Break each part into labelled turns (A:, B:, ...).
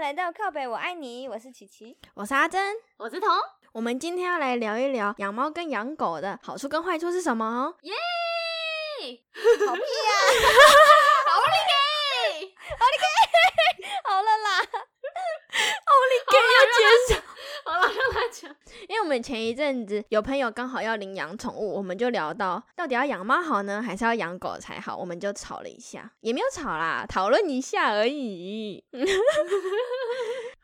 A: 来到靠北，我爱你，我是琪琪。
B: 我是阿珍，
C: 我是彤，
B: 我们今天要来聊一聊养猫跟养狗的好处跟坏处是什么哦。
C: 耶！
A: 好屁呀、
C: 好厉害！
A: 好了啦，
B: 要介绍，
C: 好了，让他讲。
B: 因为我们前一阵子有朋友刚好要领养宠物，我们就聊到到底要养猫好呢，还是要养狗才好，我们就吵了一下，也没有吵啦，讨论一下而 已。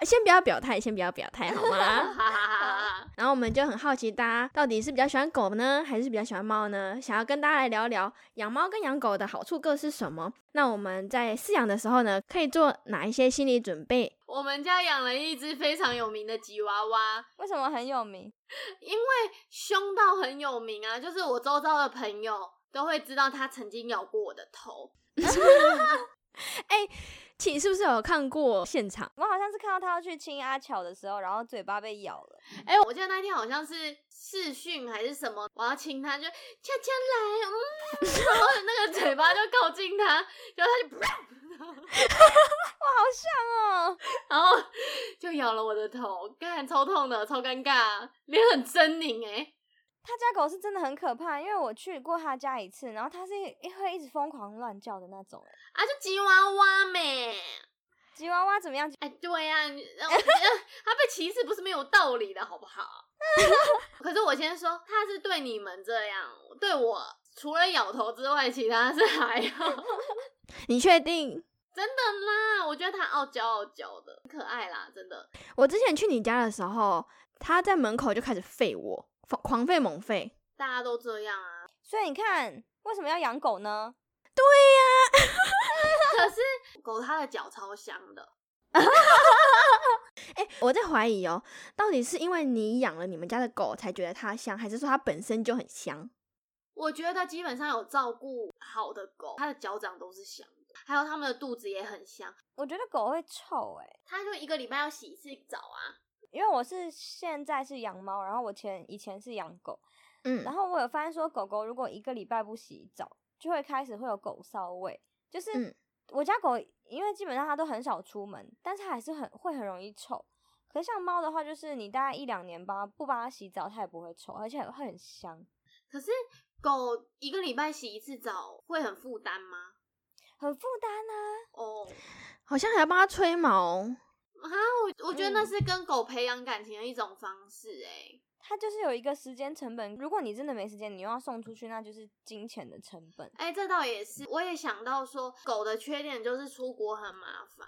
B: 先不要表态，先不要表态好吗？
C: 哈哈哈！
B: 然后我们就很好奇，大家到底是比较喜欢狗呢，还是比较喜欢猫呢？想要跟大家来聊聊养猫跟养狗的好处各是什么？那我们在饲养的时候呢，可以做哪一些心理准备？
C: 我们家养了一只非常有名的吉娃娃，
A: 为什么很有名？
C: 因为凶到很有名啊，就是我周遭的朋友都会知道它曾经咬过我的头。
B: 请是不是有看过现场？
A: 我好像是看到他要去亲阿巧的时候，然后嘴巴被咬了。
C: 哎、我记得那天好像是视讯还是什么，我要亲它，就恰恰来，嗯，然 后那个嘴巴就靠近它，然后 它就，
A: 哦，
C: 然后就咬了我的头，干超痛的，超尴尬，脸很狰狞哎、
A: 他家狗是真的很可怕，因为我去过他家一次，然后它是一会一直疯狂乱叫的那种。哎
C: 啊，就吉娃娃咩。
A: 吉娃娃怎么样？
C: 哎，对呀、你让我觉得呃他被歧视不是没有道理的，好 不好？可是我先说，他是对你们这样，对我除了咬头之外，其他是还好。
B: 你确定？
C: 真的啦，我觉得他傲娇傲娇的，很可爱啦，真的。
B: 我之前去你家的时候，它在门口就开始吠我，疯狂吠猛吠。
C: 大家都这样啊，
A: 所以你看，为什么要养狗呢？
C: 可是狗它的脚超香的，
B: 哎、我在怀疑哦，到底是因为你养了你们家的狗才觉得它香，还是说它本身就很香？
C: 我觉得基本上有照顾好的狗，它的脚掌都是香的，还有它们的肚子也很香。
A: 我觉得狗会臭哎、
C: 它就一个礼拜要洗一次澡啊，
A: 因为我是现在是养猫，然后我前以前是养狗，
B: 嗯
A: 然，后我有发现说，狗狗如果一个礼拜不洗澡，就会开始会有狗骚味。就是、
B: 嗯
A: 我家狗，因为基本上它都很少出门，但是它还是很会很容易臭。可是像猫的话，就是你大概一两年吧，不帮它洗澡，它也不会臭，而且会很香，
C: 可是狗一个礼拜洗一次澡会很负担吗？
A: 很负担啊。
C: 哦，
B: 好像还要帮它吹毛。
C: 啊，我我觉
A: 嗯
C: 得那是跟狗培养感情的一种方式、欸，
A: 它就是有一个时间成本，如果你真的没时间，你又要送出去，那就是金钱的成本。
C: 哎、哎，这倒也是，我也想到说，狗的缺点就是出国很麻烦，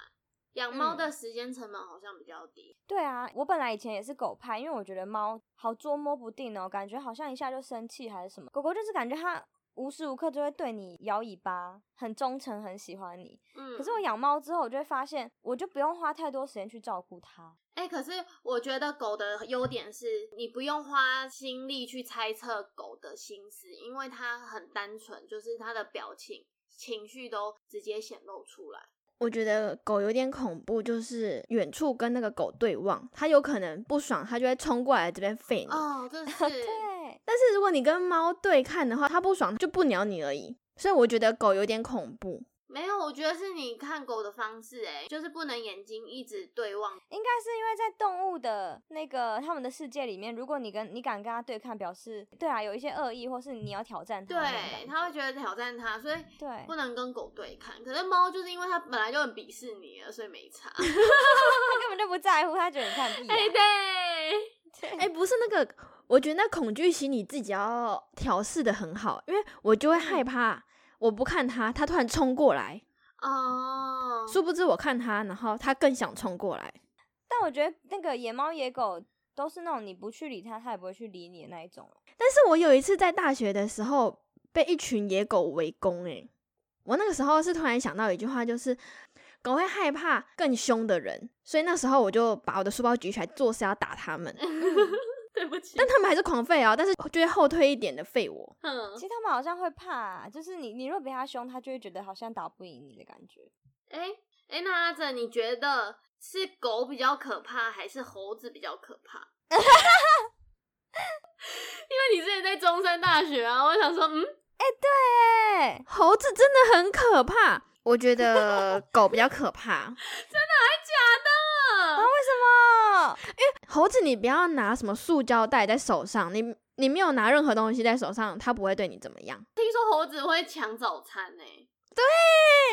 C: 养猫
A: 嗯
C: 的时间成本好像比较低，
A: 对啊，我本来以前也是狗派，因为我觉得猫好捉摸不定哦，感觉好像一下就生气还是什么。狗狗就是感觉它无时无刻就会对你摇尾巴，很忠诚，很喜欢你。
C: 嗯，
A: 可是我养猫之后，我就会发现，我就不用花太多时间去照顾它。
C: 哎、可是我觉得狗的优点是你不用花心力去猜测狗的心思，因为它很单纯，就是它的表情、情绪都直接显露出来。
B: 我觉得狗有点恐怖，就是远处跟那个狗对望，它有可能不爽，它就会冲过来这边吠你。
C: 哦，这 是
A: 对，
B: 但是如果你跟猫对看的话，它不爽就不鸟你而已。所以我觉得狗有点恐怖。
C: 没有，我觉得是你看狗的方式、哎，就是不能眼睛一直对望。
A: 应该是因为在动物的那个他们的世界里面，如果你跟你敢跟它对看，表示对啊，有一些恶意，或是你要挑战它那种感觉。
C: 对，它会觉得挑战它，所以
A: 对
C: 不能跟狗对看。可是猫就是因为它本来就很鄙视你了，所以没 差。
A: 它根本就不在乎，它觉得你看屁、
C: 哎、
A: 啊。
C: 对，
B: 哎、不是那个，我觉得那恐惧心理自己要调试的很好，因为我就会害怕，我不看它，它突然冲过来，
C: 哦，
B: 殊不知我看它，然后它更想冲过来。
A: 但我觉得那个野猫野狗都是那种你不去理它，它也不会去理你的那一种。
B: 但是我有一次在大学的时候被一群野狗围攻、欸，我那个时候是突然想到一句话，就是狗会害怕更凶的人，所以那时候我就把我的书包举起来，做事要打他们，
C: 对不起，
B: 但他们还是狂吠哦，但是就会后退一点的吠我。
C: 嗯
A: 其，实他们好像会怕、啊就是你你如果比他凶，他就会觉得好像打不赢你的感觉。
C: 哎、哎、那阿哲，你觉得是狗比较可怕，还是猴子比较可 怕？因为你之前在中山大学啊，我想说，嗯，
A: 对，
B: 猴子真 的很可怕，我觉得狗比较可怕。
C: 真的还假
A: 哦，
B: 猴子，你不要拿什么塑胶袋在手上，你你没有拿任何东西在手上，它不会对你怎么样。
C: 听说猴子会抢早餐呢、
A: 对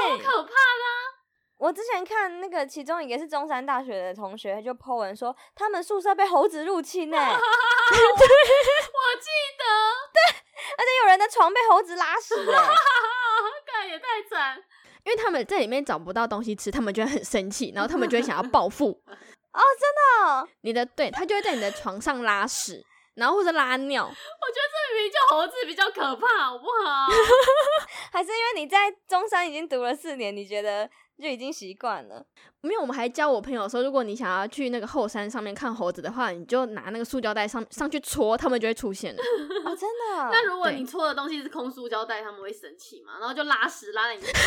C: 好可怕啦！
A: 我之前看那个其中一个是中山大学的同学就 po 文说，他们宿舍被猴子入侵 呢、
C: 我记得，
A: 而且有人的床被猴子拉屎欸、
C: 干也太惨，
B: 因为他们在里面找不到东西吃，他们就会很生气，然后他们就会想要报 复
A: 哦，真的哦，
B: 你的，对他就会在你的床上拉屎，然后或者拉尿。
C: 我觉得这明明就猴子比较可怕，好不好？
A: 还是因为你在中山已经读了四年，你觉得就已经习惯了。
B: 没有，我们还教我朋友说，如果你想要去那个后山上面看猴子的话，你就拿那个塑胶袋上上去戳，他们就会出现了。
A: 哦，真的哦、
C: 那如果
B: 对
C: 你搓的东西是空塑胶袋，他们会生气嘛？然后就拉屎拉在你的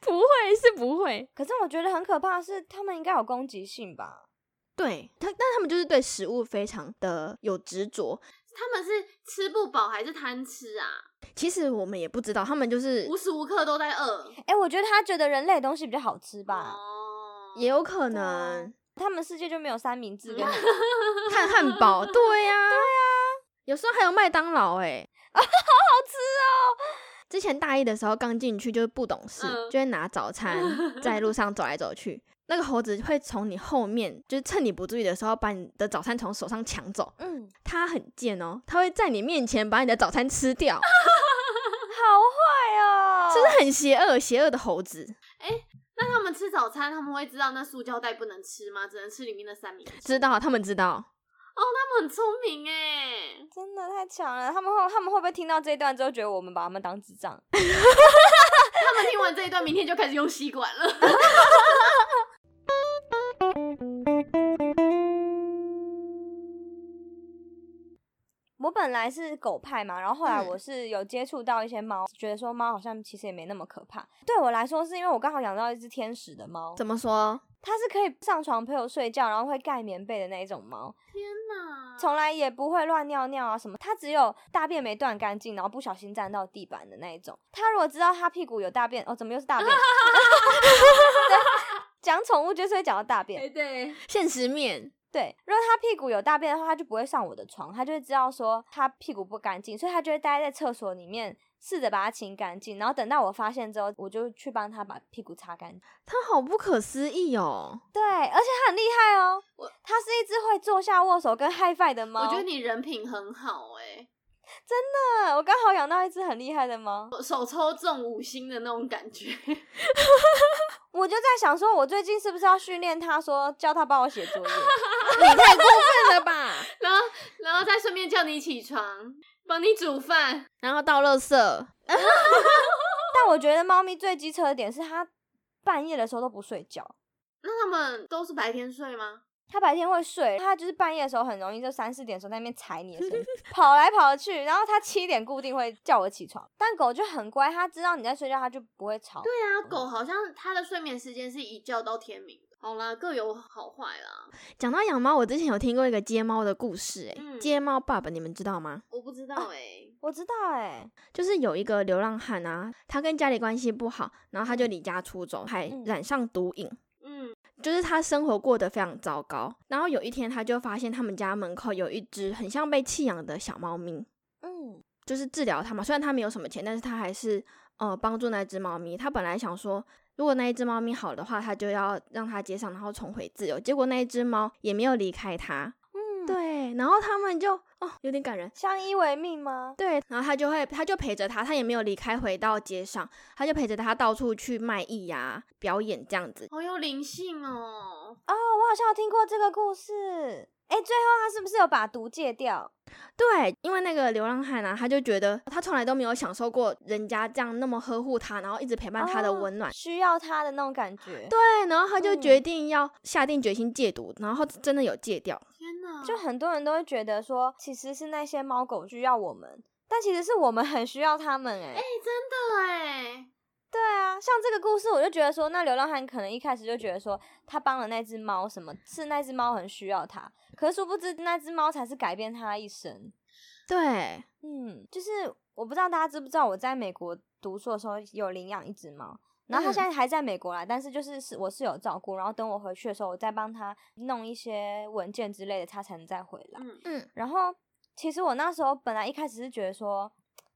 B: 不会是不会，
A: 可是我觉得很可怕的是，他们应该有攻击性吧？
B: 对他，但他们就是对食物非常的有执着。
C: 他们是吃不饱还是贪吃啊？
B: 其实我们也不知道，他们就是
C: 无时无刻都在饿。
A: 哎、我觉得他觉得人类的东西比较好吃
B: 嗯
A: 吧？
C: 哦，
B: 也有可
A: 对啊
B: 能
A: 他们世界就没有三明治跟
C: 嗯
A: 奶
B: 看汉堡，对呀、对
C: 啊
B: 呀、有时候还有麦当劳、 哎，好好吃哦。之前大一的时候刚进去就是不懂事，
C: 嗯
B: 就会拿早 餐在路上走来走去。那个猴子会从你后面，就是趁你不注意的时候，把你的早餐从手上抢走。
A: 嗯，
B: 它很贱哦，它会在你面前把你的早餐吃 掉，
A: 好坏哦，
B: 是不是很邪恶？邪恶的猴子
C: 那他们吃早餐，他们会知道那塑胶袋不能吃吗？只能吃里面的三明治。
B: 知道，他们知道，
C: 他们很聪明哎，
A: 真的太强了。他们会他们会不会听到这一段之后，觉得我们把他们当智障？
C: 他们听完这一段，明天就开始用吸管了。
A: 我本来是狗派嘛，然后后来
B: 嗯
A: 我是有接触到一些猫，觉得说猫好像其实也没那么可怕。对我来说，是因为我刚好养到一只天使的猫，
B: 怎么说？
A: 它是可以上床陪我睡觉，然后会盖棉被的那一种猫，
C: 天哪！
A: 从来也不会乱尿尿啊什么。它只有大便没断干净，然后不小心沾到地板的那一种。它如果知道它屁股有大便，哦，怎么又是大便？对 讲宠物就是会讲到大便，
C: 哎对，
B: 现实面，
A: 对，如果他屁股有大便的话，他就不会上我的床，他就会知道说他屁股不干净，所以他就会待在厕所里面，试着把它清干净，然后等到我发现之后，我就去帮他把屁股擦干净。
B: 它好不可思议哦。
A: 对，而且它很厉害哦
C: 我，
A: 它是一只会坐下握手跟 high five 的猫。
C: 我觉得你人品很好哎，
A: 嗯我刚好养到一只很厉害的猫，
C: 手抽中五星的那种感觉。
A: 我就在想说，我最近是不是要训练它，说叫它帮我写作业？
B: 你太过分了吧！
C: 然后，然后再顺便叫你起床，帮你煮饭。
B: 然后到垃圾，
A: 但我觉得猫咪最机车的点是它半夜的时候都不睡觉。
C: 那他们都是白天睡吗？
A: 它白天会睡，它就是半夜的时候很容易就三四点的时候在那边踩你的身体，跑来跑去。然后它七点固定会叫我起床，但狗就很乖，它知道你在睡觉，它就不会吵。对啊
C: 那狗好像它的睡眠时间是一觉到天明的。好啦，各有好坏啦。
B: 讲到养猫，我之前有听过一个接猫的故事、欸，
C: 嗯
B: 接猫爸爸你们知道吗？
C: 我不知
A: 哦
C: 道哎、
A: 我知道哎、
B: 就是有一个流浪汉啊，他跟家里关系不好，然后他就离家出走，还
A: 嗯
B: 染上毒瘾，
C: 嗯，
B: 就是他生活过得非常糟糕。然后有一天，他就发现他们家门口有一只很像被弃养的小猫咪，
A: 嗯，
B: 就是治疗它嘛。虽然他没有什么钱，但是他还是呃帮助那只猫咪。他本来想说，如果那一只猫咪好的话，他就要让它接上，然后重回自由。结果那一只猫也没有离开他，
A: 嗯
B: 对，然后他们就哦有点感人。
A: 相依为命吗？
B: 对，然后他就会，他就陪着他，他也没有离开，回到街上，他就陪着他到处去卖艺呀、表演这样子。
C: 好有灵性哦、
A: 哦，我好像有听过这个故事。哎、最后它是不是有把毒戒掉？
B: 对，因为那个流浪汉啊，他就觉得他从来都没有享受过人家这样那么呵护他，然后一直陪伴他的
A: 哦
B: 温暖。
A: 需要它的那种感觉，
B: 对，然后他就
A: 嗯
B: 决定要下定决心戒毒，然后真的有戒掉。
C: 天哪，
A: 就很多人都会觉得说，其实是那些猫狗需要我们，但其实是我们很需要它们
C: 真
A: 哎、
C: 的哎、
A: 对啊，像这个故事，我就觉得说，那流浪汉可能一开始就觉得说，他帮了那只猫，什么是那只猫很需要他，可是殊不知那只猫才是改变他一生。
B: 对，
A: 嗯，就是我不知道大家知不知道，我在美国读书的时候有领养一只猫，然后他
B: 嗯
A: 现在还在美国啦，但是就是是我是有照顾，然后等我回去的时候，我再帮他弄一些文件之类的，他才能再回来。
C: 嗯，
B: 嗯
A: 然后其实我那时候本来一开始是觉得说，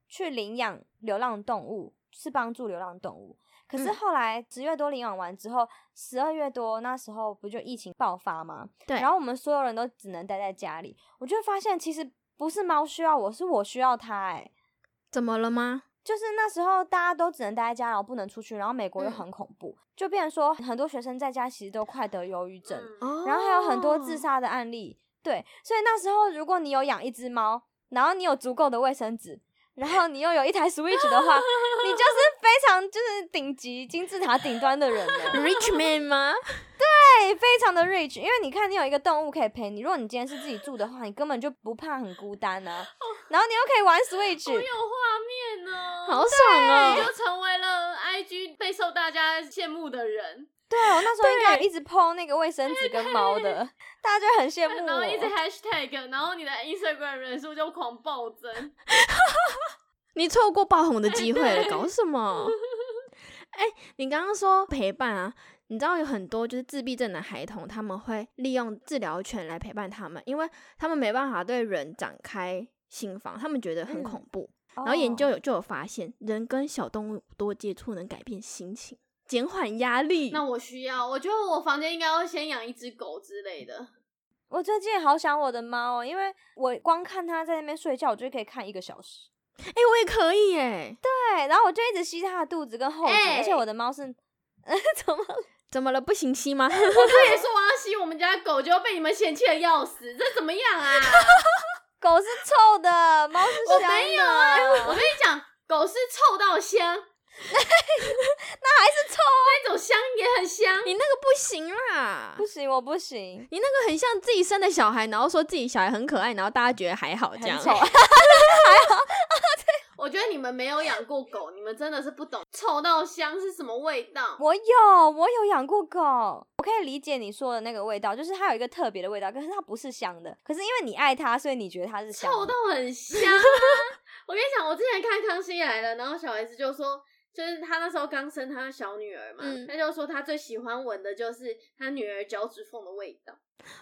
A: 去领养流浪动物是帮助流浪动物，可是
B: 嗯
A: 后来十月多领养完之后，十二月多那时候不就疫情爆发吗？
B: 对
A: 然后我们所有人都只能待在家里，我就发现其实不是猫需要我，是我需要它、欸，
B: 怎么了吗？
A: 就是那时候大家都只能待在家，然后不能出去，然后美国又
B: 嗯
A: 很恐怖，就变成说很多学生在家其实都快得忧郁症，
C: 嗯
B: 哦
A: 然后还有很多自，杀的案例。对，所以那时候如果你有养一只猫，然后你有足够的卫生纸，然后你又有一台 Switch 的话，你就是非常就是顶级金字塔顶端的 人了。
B: Rich man 吗？
A: 对，非常的 rich，因为你看你有一个动物可以陪你，如果你今天是自己住的话，你根本就不怕很孤单啊。然后你又可以玩 Switch，
C: 好有画面 哦，
B: 好爽
C: 你
B: 哦！
C: 就成为了 IG 备受大家羡慕的人，
A: 对我那时候应该一直 PO 那个卫生纸跟猫的，大家就很羡慕 哦
C: 然后一直
A: 我。
C: hashtag，然后你的 Instagram 人数就狂暴增。
B: 你错过爆红的机会了， 搞什么？哎、你刚刚说陪伴啊，你知道有很多就是自闭症的孩童，他们会利用治疗犬来陪伴他们，因为他们没办法对人展开心房，他们觉得很
A: 嗯
B: 恐怖。
A: 然
B: 然后研究有就有发现，人跟小动物多接触能改变心情，减缓压力。
C: 那我需要，我觉得我房间应该要先养一只狗之类 的。
A: 我最近也好想我的猫、哦，因为我光看它在那边睡觉，我就可以看一个小时。
B: 哎、我也可以哎，
A: 对，然后我就一直吸它的肚子跟后颈，
C: 哎
A: 而且我的猫是，怎么了？
B: 怎么了？不行吸吗？
C: 我这也说我要吸我们家狗，结果被你们嫌弃的要死，这怎么样 啊？
A: 狗是臭的，猫是
C: 我
A: 香的，
C: 没有啊，我跟你讲，狗是臭到香， 那还是臭、那啊种香也很香。
B: 你那个不行啦
A: 不，行，我不 行，
B: 你那个很像自己生的小孩，然后说自己小孩很可爱，然后大家觉得还好这
A: 很
B: 样。
A: 丑。
C: 我觉得你们没有养过狗，你们真的是不懂臭到香是什么味道。
A: 我有，我有养过狗，我可以理解你说的那个味道，就是它有一个特别的味道，可是它不是香的。可是因为你爱它，所以你觉得它是香的。
C: 臭到很香、 啊。我跟你讲，我之前看《康熙来了》，然后小 S 就说，就是她那时候刚生她的小女儿嘛，
B: 嗯
C: 她就说她最喜欢闻的就是她女儿脚趾缝的味道，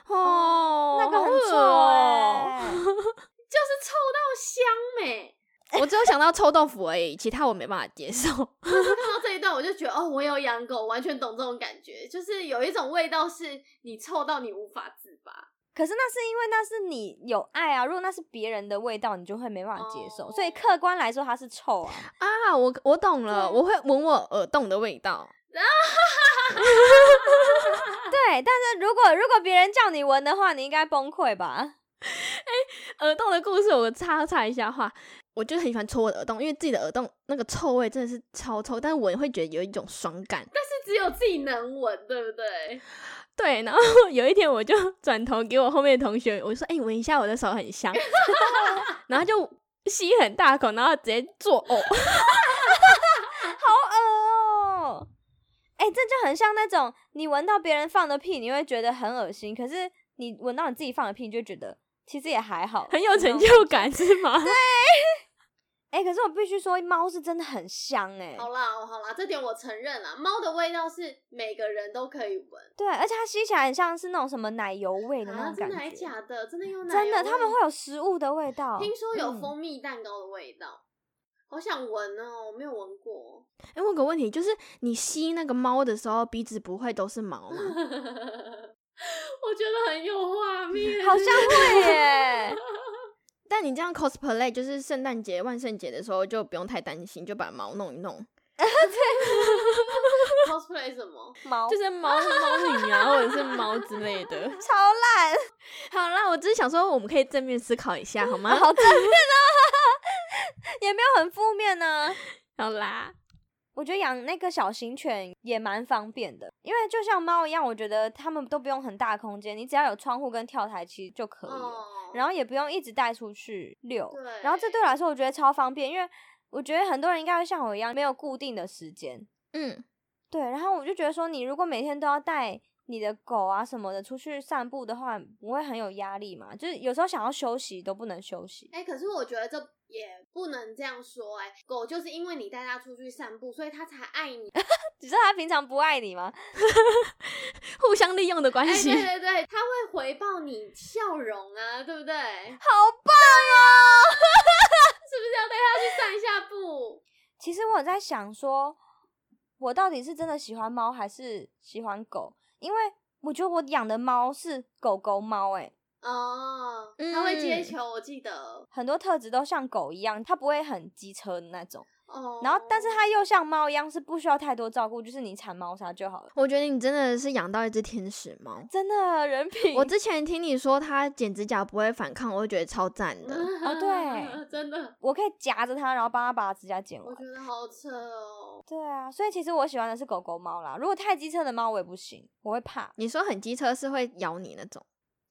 B: 哦，
A: 那个
B: 好
A: 很
B: 恶
A: 臭
B: 哦
A: 哎、
C: 就是臭到香美、
A: 欸
B: 我只有想到臭豆腐而已，其他我没办法接受。
C: 看到这一段，我就觉得哦，我有养狗，完全懂这种感觉，就是有一种味道是你臭到你无法自拔。
A: 可是那是因为那是你有爱啊，如果那是别人的味道，你就会没办法接受。
C: 哦
A: 所以客观来说，它是臭啊。
B: 啊，我我懂了，
C: 对
B: 我会闻我耳洞的味道。
C: 啊
A: 对，但是如果如果别人叫你闻的话，你应该崩溃吧？
B: 耳洞的故事，我插插一下话，我就很喜欢戳我的耳洞，因为自己的耳洞那个臭味真的是超臭，但是闻会觉得有一种爽感。
C: 但是只有自己能闻，对不对？
B: 对，然后有一天我就转头给我后面的同学，我说：“哎、闻一下我的手很香。” 然后就吸很大口，然后直接作呕。
A: 好恶哦、哎、这就很像那种你闻到别人放的屁，你会觉得很恶心；可是你闻到你自己放的屁，你就觉得其实也还好，
B: 很有成
A: 你知道吗。
B: 就感是吗？
A: 哎、可是我必须说，猫是真的很香哎、
C: 好啦，好啦，这点我承认啦，猫的味道是每个人都可以闻。
A: 对，而且它吸起来很像是那种什么奶油味的那
C: 啊，
A: 种
C: 真
A: 感
C: 的
A: 觉。嗯
C: 还假的？真的有奶
A: 真的，
C: 油
A: 他们
C: 味
A: 会有食物的味道。
C: 听说有
A: 嗯
C: 蜂蜜蛋糕的味道，好想闻哦，我没有闻过。
B: 哎、我有个问题，就是你吸那个猫的时候，鼻子不会都是毛吗？
C: 我觉得很有画面，
A: 好像会 耶。
B: 但你这样 cosplay，就是圣诞节、万圣节的时候就不用太担心，就把毛弄一弄，
C: cosplay 什么？
A: 猫
B: 就是猫猫女啊，或者是猫之类 的。
A: 超烂，
B: 好啦，我只是想说，我们可以正面思考一下，好吗？
A: 好 正面啊，也没有很负面呢、
B: 好啦，
A: 我觉得养那个小型犬也蛮方便的，因为就像猫一样，我觉得它们都不用很大空间，你只要有窗户跟跳台其实就 可以了，
C: 哦，
A: 然后也不用一直带出去遛。
C: 对，
A: 然后这对我来说，我觉得超方便，因为我觉得很多人应该会像我一样，没有固定的时间。
B: 嗯，
A: 对，然后我就觉得说，你如果每天都要带你的狗啊什么的出去散步的话，不会很有压力嘛？就是有时候想要休息都不能休息。
C: 哎、可是我觉得这也不能这样说哎、狗就是因为你带它出去散步，所以它才爱你。
A: 只是它平常不爱你吗？
B: 互相利用的关
C: 哎、
B: 系。
C: 对对对，它会回报你笑容啊，对不对？是
A: 好棒哦！
C: 不是要带它去散一下步？
A: 其实我有在想说，我到底是真的喜欢猫还是喜欢狗？因为我觉得我养的猫是狗狗猫、欸，
C: 哦，它会接
B: 嗯
C: 球，我记得。
A: 很多特质都像狗一样，它不会很机车的那种。
C: 哦，
A: 然后，但是它又像猫一样，是不需要太多照顾，就是你铲猫砂就好了。
B: 我觉得你真的是养到一只天使猫。
A: 真的人品，
B: 我之前听你说它剪指甲不会反抗，我就觉得超赞的。
A: 哦对
C: 嗯 真的，
A: 我可以夹着它，然后帮它把指甲剪
C: 我
A: 完
C: 觉。得好扯哦。
A: 对啊，所以其实我喜欢的是狗狗猫啦。如果太机车的猫我也不行，我会怕。
B: 你说很机车是会咬你那种，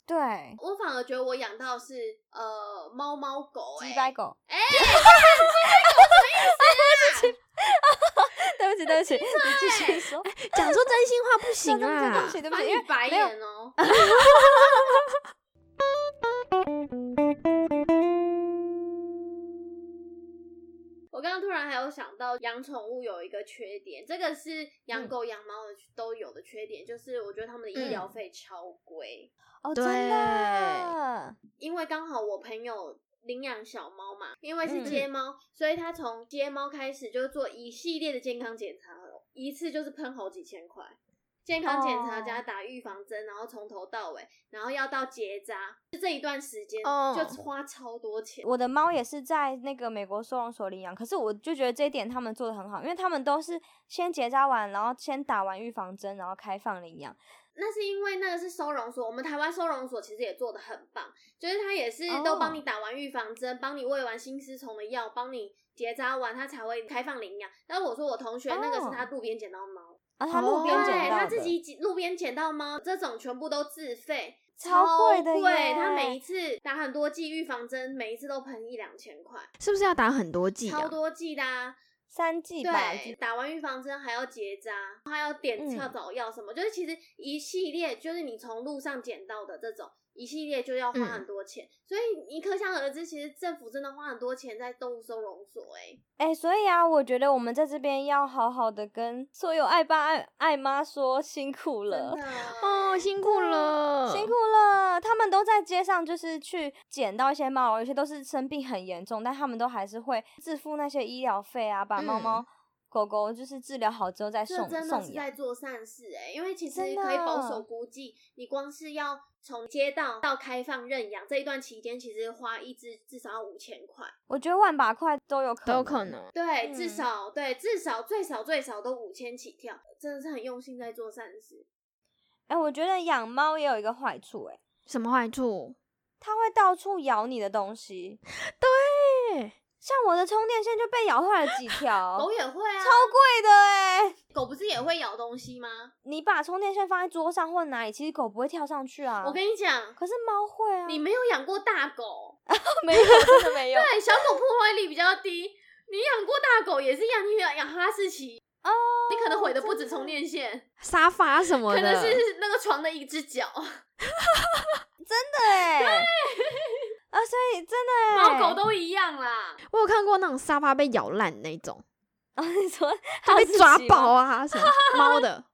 A: 对，
C: 我反而觉得我养到的是呃猫猫狗、欸，
A: 鸡掰狗。
C: 哎、
A: 对不起，对
C: 哎
A: 不起，你继续说。
B: 讲出 真心话不行啊
A: 对对对
B: 啦
A: 对不。起，对不
C: 翻
A: 起，
C: 你
A: 因为
C: 白
A: 没有
C: 眼哦。 我刚刚突然还有想到，养宠物有一个缺点，这个是养
A: 嗯
C: 狗养猫的都有的缺点，就是我觉得他们的医疗费超贵。
A: 哦，
B: 对
A: 真的，
C: 因为刚好我朋友领养小猫嘛，因为是
A: 嗯
C: 街猫，所以他从街猫开始就做一系列的健康检查了，一次就是喷好几千块。健康检查
A: 哦
C: 加打预防针，然后从头到尾，然后要到结扎，就这一段时间
B: 哦
C: 就花超多钱。
A: 我的猫也是在那个美国收容所领养，可是我就觉得这一点他们做的很好，因为他们都是先结扎完，然后先打完预防针，然后开放领养。
C: 那是因为那个是收容所，我们台湾收容所其实也做的很棒，就是它也是
A: 哦
C: 都帮你打完预防针，帮你喂完新丝虫的药，帮你结扎完，它才会开放领养。但我说我同学那个是
A: 哦
C: 他路边捡到猫。
A: 然啊后它路边
B: 哦
A: 捡
C: 对，
A: 到
C: 他
A: 的，
C: 自己捡路边捡到猫，这种全部都自费，
A: 超贵
C: 贵
A: 的耶
C: 他每一次打很多剂预防针，每一次都喷一两千块，
B: 是不是要打很多剂啊
C: 超？多剂的、啊。
A: 三季吧，
C: 对，打完预防针还要结扎，还要点
A: 嗯
C: 跳蚤药什么，就是其实一系列就是你从路上捡到的这种。一系列就要花
B: 嗯
C: 很多钱，所以你可想而知，其实政府真的花很多钱在动物收容所、欸。
A: 哎、所以啊，我觉得我们在这边要好好的跟所有爱爸爱爱妈说辛苦
C: 真
A: 了
C: 的。
B: 哦，辛苦了，
A: 辛苦。了，他们都在街上，就是去捡到一些猫，有些都是生病很严重，但他们都还是会自付那些医疗费啊，把猫
B: 嗯
A: 猫、狗狗就是治疗好之后再
C: 这
A: 送
C: 真的
A: 送
C: 是
A: 养。
C: 在做善事哎、因为其实
A: 真的
C: 可以保守估计，你光是要从街道到开放认养这一段期间，其实花一只至少要五千块，
A: 我觉得万把块都有可
B: 都有可能，
C: 对，
A: 嗯
C: 至少对，至少最少最少都五千起跳，真的是很用心在做善事。
A: 哎、我觉得养猫也有一个坏处、哎，
B: 什么坏处？
A: 它会到处咬你的东西，
B: 对，
A: 像我的充电线就被咬坏了几条，
C: 狗也会啊
A: 超，贵的哎、
C: 狗不是也会咬东西吗？
A: 你把充电线放在桌上或哪里，其实狗不会跳上去啊。
C: 我跟你讲，
A: 可是猫会啊，
C: 你没有养过大狗，
A: 没有真的没有
C: 对，小狗破坏力比较低。你养过大狗也是一样，你养养哈士奇，
A: 哦，
C: 你可能毁的不止
A: 真
C: 充电线，
B: 沙发什么
C: 可
B: 的，
C: 能是那个床的一只脚。
A: 对，啊，所以真的
C: 猫
A: 欸
C: 狗都一样啦。
B: 我有看过那种沙发被咬烂那种，
A: 啊，你说
B: 就被
A: 哈士
B: 抓
A: 奇
B: 爆
A: 吗
B: 啊，什么猫的，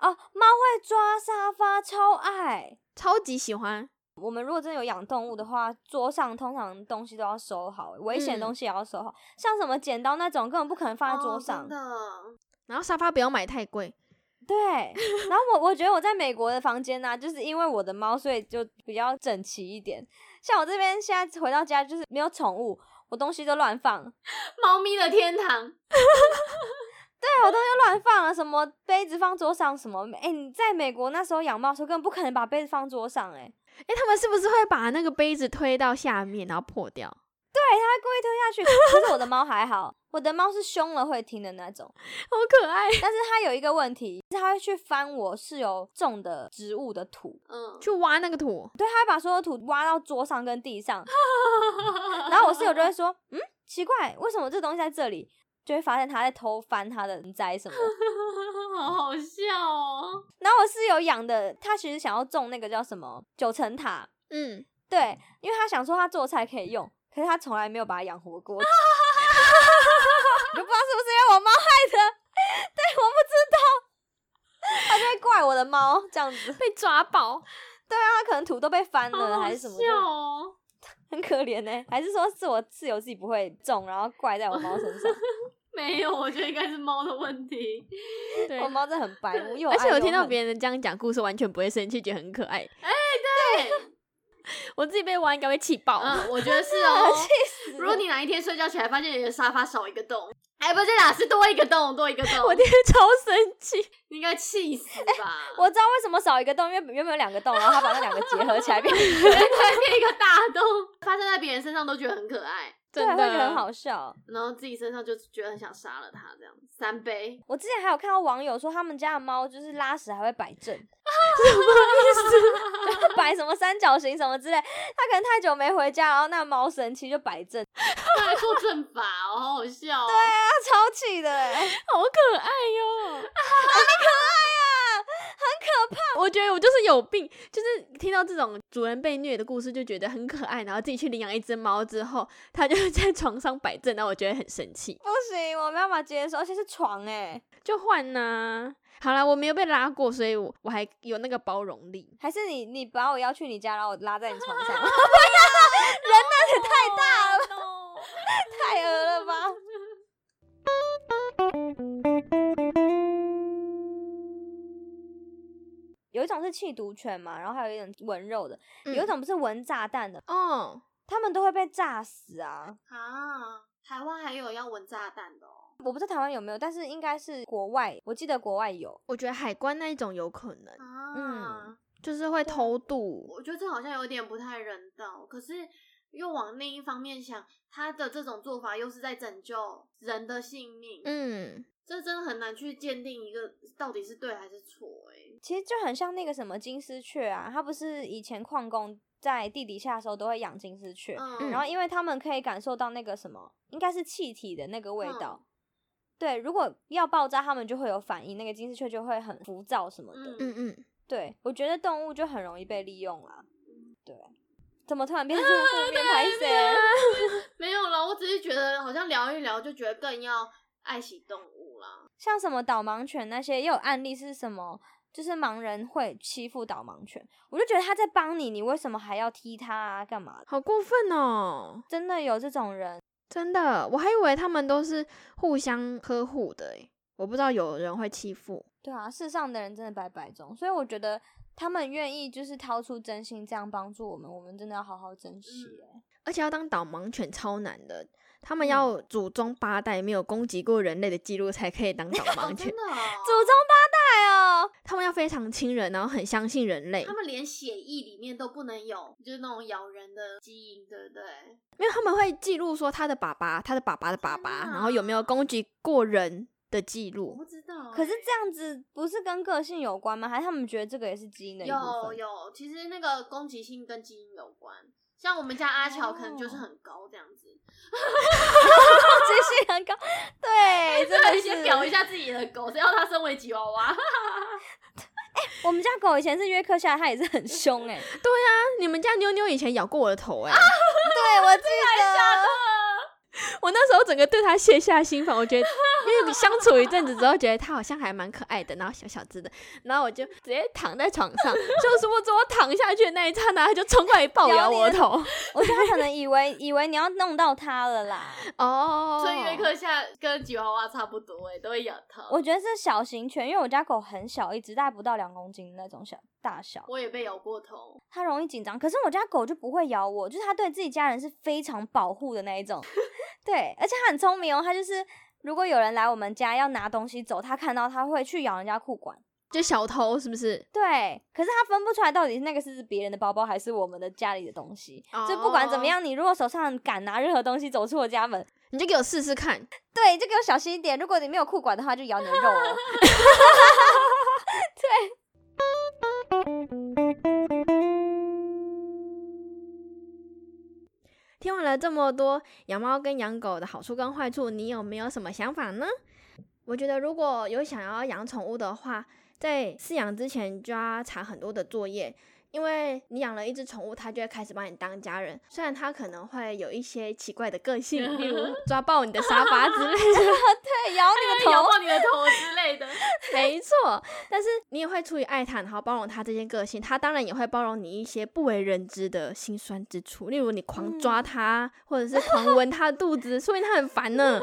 A: 哦，猫会抓沙发，超爱。
B: 超级喜欢。
A: 我们如果真的有养动物的话，桌上通常东西都要收好，危险
B: 嗯
A: 东西也要收好，像什么剪刀那种根本不可能放在桌上。
C: 哦真的。
B: 然后沙发不要买太贵，
A: 对，然后我我觉得我在美国的房间呢、就是因为我的猫，所以就比较整齐一点。像我这边现在回到家就是没有宠物，我东西都乱放，对
C: 猫咪的天堂，
A: 我东西都乱放了，啊什么杯子放桌上，什么哎、你在美国那时候养猫的时候根本不可能把杯子放桌上、哎，
B: 哎，他们是不是会把那个杯子推到下面，然后破 掉？
A: 对，它会故意推下去。可是我的猫还好，我的猫是凶了会听的那种，
B: 好可爱！
A: 但是它有一个问题，是它会去翻我室友种的植物的土，
C: 嗯，
B: 去挖那个土，
A: 对，它会把所有土挖到桌 上跟地上，然后我室友就会说，嗯，奇怪，为什么这东西在这里？就会发现它在偷翻它的盆 栽什么的。
C: 好好笑哦。
A: 然后我室友养的，他其实想要种那个叫什么九层塔，
B: 嗯，
A: 对，因为他想说他做菜可以用，可是他从来没有把它养 活过。我就不知道是不是因为我猫害的， 对，我不知道，他就会怪我的猫这 样子。
B: 被抓爆，
A: 对啊，他可能土都被翻
C: 好
A: 了
C: 好
A: 还是什么，就
C: 笑哦！
A: 很可怜呢、还是说是我室友自己不会种，然后怪在我猫身上？
C: 没有，我觉得应该是猫的问 题。
B: 对
A: 我猫真的很白目，又
B: 而且
A: 爱哦哎
B: 我
A: 又
B: 听到
A: 恨
B: 别人这样讲故事，完全不会生气，觉得很可爱。
C: 对，
B: 我自己被挖应该会气爆。
C: 嗯，我觉得是 哦。如果你哪一天睡觉起来发现你的沙发少一个洞，哎，不是啦，是多一个洞，多一个 洞，
B: 我今天超生气，
C: 你应该气死吧？
A: 我知道为什么少一个洞，因为原本有两个洞，然后他把那两个结合起来变，
C: 对对，变一个大洞，发生在别人身上都觉得很可爱，
A: 对，啊
B: 真
A: 会
B: 的
A: 觉得很好笑。
C: 然后自己身上就觉得很想杀了它，这样三杯。
A: 我之前还有看到网友说，他们家的猫就是拉屎还会摆 正，什么意思？ 就是摆什么三角形什么之类。它可能太久没回家，然后那猫神奇就摆正，
C: 他还做正法哦，好好笑、哦。对啊，
A: 它超气的、欸， 很
B: 好可爱啊哟、
A: 可怕。
B: 我觉得我就是有病，就是听到这种主人被虐的故事就觉得很可爱，然后自己去领养一只猫之后，它就在床上摆正，然后我觉得很生气，
A: 不行，我没办法接受，而且是床哎、
B: 就换呐、好啦，我没有被拉过，所以我我还有那个包容力。
A: 还是你你把我邀去你家，然后我拉在你床上，
C: 太大了
A: 太恶了吧？有一种是气毒犬嘛，然后还有一种闻肉的，有
B: 嗯
A: 一种不是闻炸弹的，
B: 哦，
A: 他们都会被炸死啊！
C: 啊！台湾还有要闻炸弹的哦。
A: 我不知道台湾有没有，但是应该是国外，我记得国外有。
B: 我觉得海关那一种有可能
C: 啊，
A: 嗯
B: 就是会偷渡，
C: 我觉得这好像有点不太人道，可是又往另一方面想，他的这种做法又是在拯救人的性命，
B: 嗯，
C: 这真的很难去鉴定一个到底是对还是错、欸。
A: 其实就很像那个什么金丝雀啊，它不是以前矿工在地底下的时候都会养金丝雀，
C: 嗯，
A: 然后因为他们可以感受到那个什么，应该是气体的那个味
C: 嗯
A: 道。对，如果要爆炸，他们就会有反应，那个金丝雀就会很浮躁什么的。
C: 嗯
B: 嗯嗯，
A: 对，我觉得动物就很容易被利用啦。对，怎么突
C: 啊
A: 然变成负面拍摄？
C: 没有了，我只是觉得好像聊一聊就觉得更要爱惜动物啦。
A: 像什么导盲犬那些，也有案例是什么，就是盲人会欺负导盲犬，我就觉得他在帮你，你为什么还要踢他啊？干嘛的？
B: 好过分哦，
A: 真的有这种人，
B: 真的，我还以为他们都是互相呵护的诶，我不知道有人会欺负，
A: 对啊，世上的人真的百百种，所以我觉得他们愿意就是掏出真心这样帮助我们，我们真的要好好
B: 嗯
A: 珍惜、欸。
B: 而且要当导盲犬超难的，他
C: 嗯
B: 们要祖宗八代没有攻击过人类的记录才可以当 导
C: 哦，
B: 盲
C: 真
B: 犬，
C: 的、哦，
A: 祖宗八代哦，
B: 他们要非常亲人，然后很相信人类
C: 他，们连血液里面都不能有，就是那种咬人的基因，对不对？
B: 没有他们会记录说他的爸爸、他的爸爸的爸爸，
C: 天哪
B: 然后有没有攻击过人的记
C: 我
B: 录
C: 不。知道欸、
A: 可是这样子不是跟个性有关吗？还是他们觉得这个也是基因的一部
C: 有
A: 分？
C: 有，其实那个攻击性跟基因有关。像我们家阿乔可能就是
A: 哦
C: 很高这样 子，
A: 知性很高，对，真的
C: 先
A: 是
C: 表一下自己的狗，谁要它身为吉娃娃？
A: 我们家狗以前是约克夏，它也是很凶哎、
B: 你们家妞妞以前咬过我的头哎、
C: 啊
A: 对，我记得。
B: 我那时候整个对它卸下心防，我觉得因为相处一阵子之后，觉得它好像还蛮可爱的，然后小小只的，然后我就直接躺在床上， 就是我怎么躺下去的那一刹那，它就冲过来暴
A: 咬
B: 咬
A: 你
B: 我
A: 的
B: 的头。
A: 我觉得他可能以为以为你要弄到它了啦。
B: 哦，
C: 所以约克夏跟吉娃娃差不多哎、都会咬它。
A: 我觉得是小型犬，因为我家狗很小一只，大概不到两公斤那种小大小，
C: 我也被咬过头，
A: 它容易紧张。可是我家狗就不会咬我，就是它对自己家人是非常保护的那一种。对，而且它很聪明哦，它就是如果有人来我们家要拿东西走，它看到它会去咬人家裤管。
B: 就小偷是不是？
A: 对，可是它分不出来到底是那个是别人的包包还是我们的家里的东西。就不管怎么样，你如果手上敢拿任何东西走出我家门，
B: 你就给我试试看。
A: 对，就给我小心一点。如果你没有裤管的话，就咬你的肉 哦。
B: 听听完了这么多养猫跟养狗的好处跟坏处，你有没有什么想法呢？我觉得如果有想要养宠物的话，在饲养之前就要查很多的作业，因为你养了一只宠物，它就会开始把你当家人。虽然它可能会有一些奇怪的个性， 例如抓爆你的沙发之类的，
A: 对，摇你
B: 哎
A: 的
C: 摇
A: 头，
C: 爆你的头之类 的。
B: 没错。但是你也会出于爱它，然后包容它这些个性，它当然也会包容你一些不为人知的辛酸之处，例如你
A: 嗯
B: 狂抓它，或者是狂 闻它的肚子，说明它很烦呢，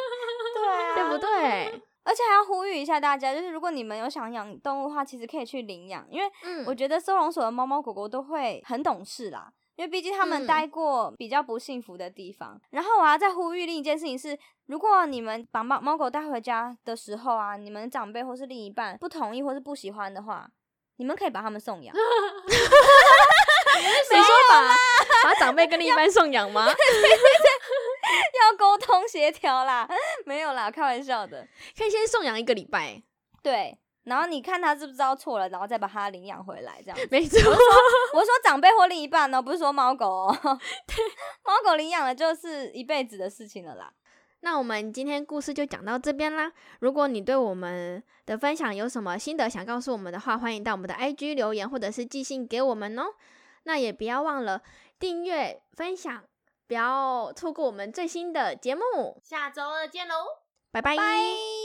A: 对啊，
B: 对不对？
A: 而且还要呼吁一下大家，就是如果你们有想养动物的话，其实可以去领养，因为
B: 嗯
A: 我觉得收容所的猫猫狗狗都会很懂事啦，因为毕竟他们
B: 嗯
A: 待过比较不幸福的地方。然后我要再呼吁另一件事情是，如果你们把猫猫狗带回家的时候啊，你们长辈或是另一半不同意或是不喜欢的话，你们可以把它们送 养。
B: 谁说把把长辈跟另一半送养吗？
A: 要沟通协调啦， 没有啦，开玩笑的。
B: 可以先送养一个礼拜，
A: 对，然后你看他知不知道错了，然后再把它领养回来，这样子。
B: 没错。
A: 我说长辈或另一半哦，不是说猫狗哦。 猫狗领养了就是一辈子的事情了啦。
B: 那我们今天故事就讲到这边啦。如果你对我们的分享有什么心得想告诉我们的话，欢迎到我们的 IG 留言或者是寄信给我们哦。那也不要忘了订阅、分享，不要错过我们最新的节目。
C: 下周二见喽。
B: 拜拜
A: 拜。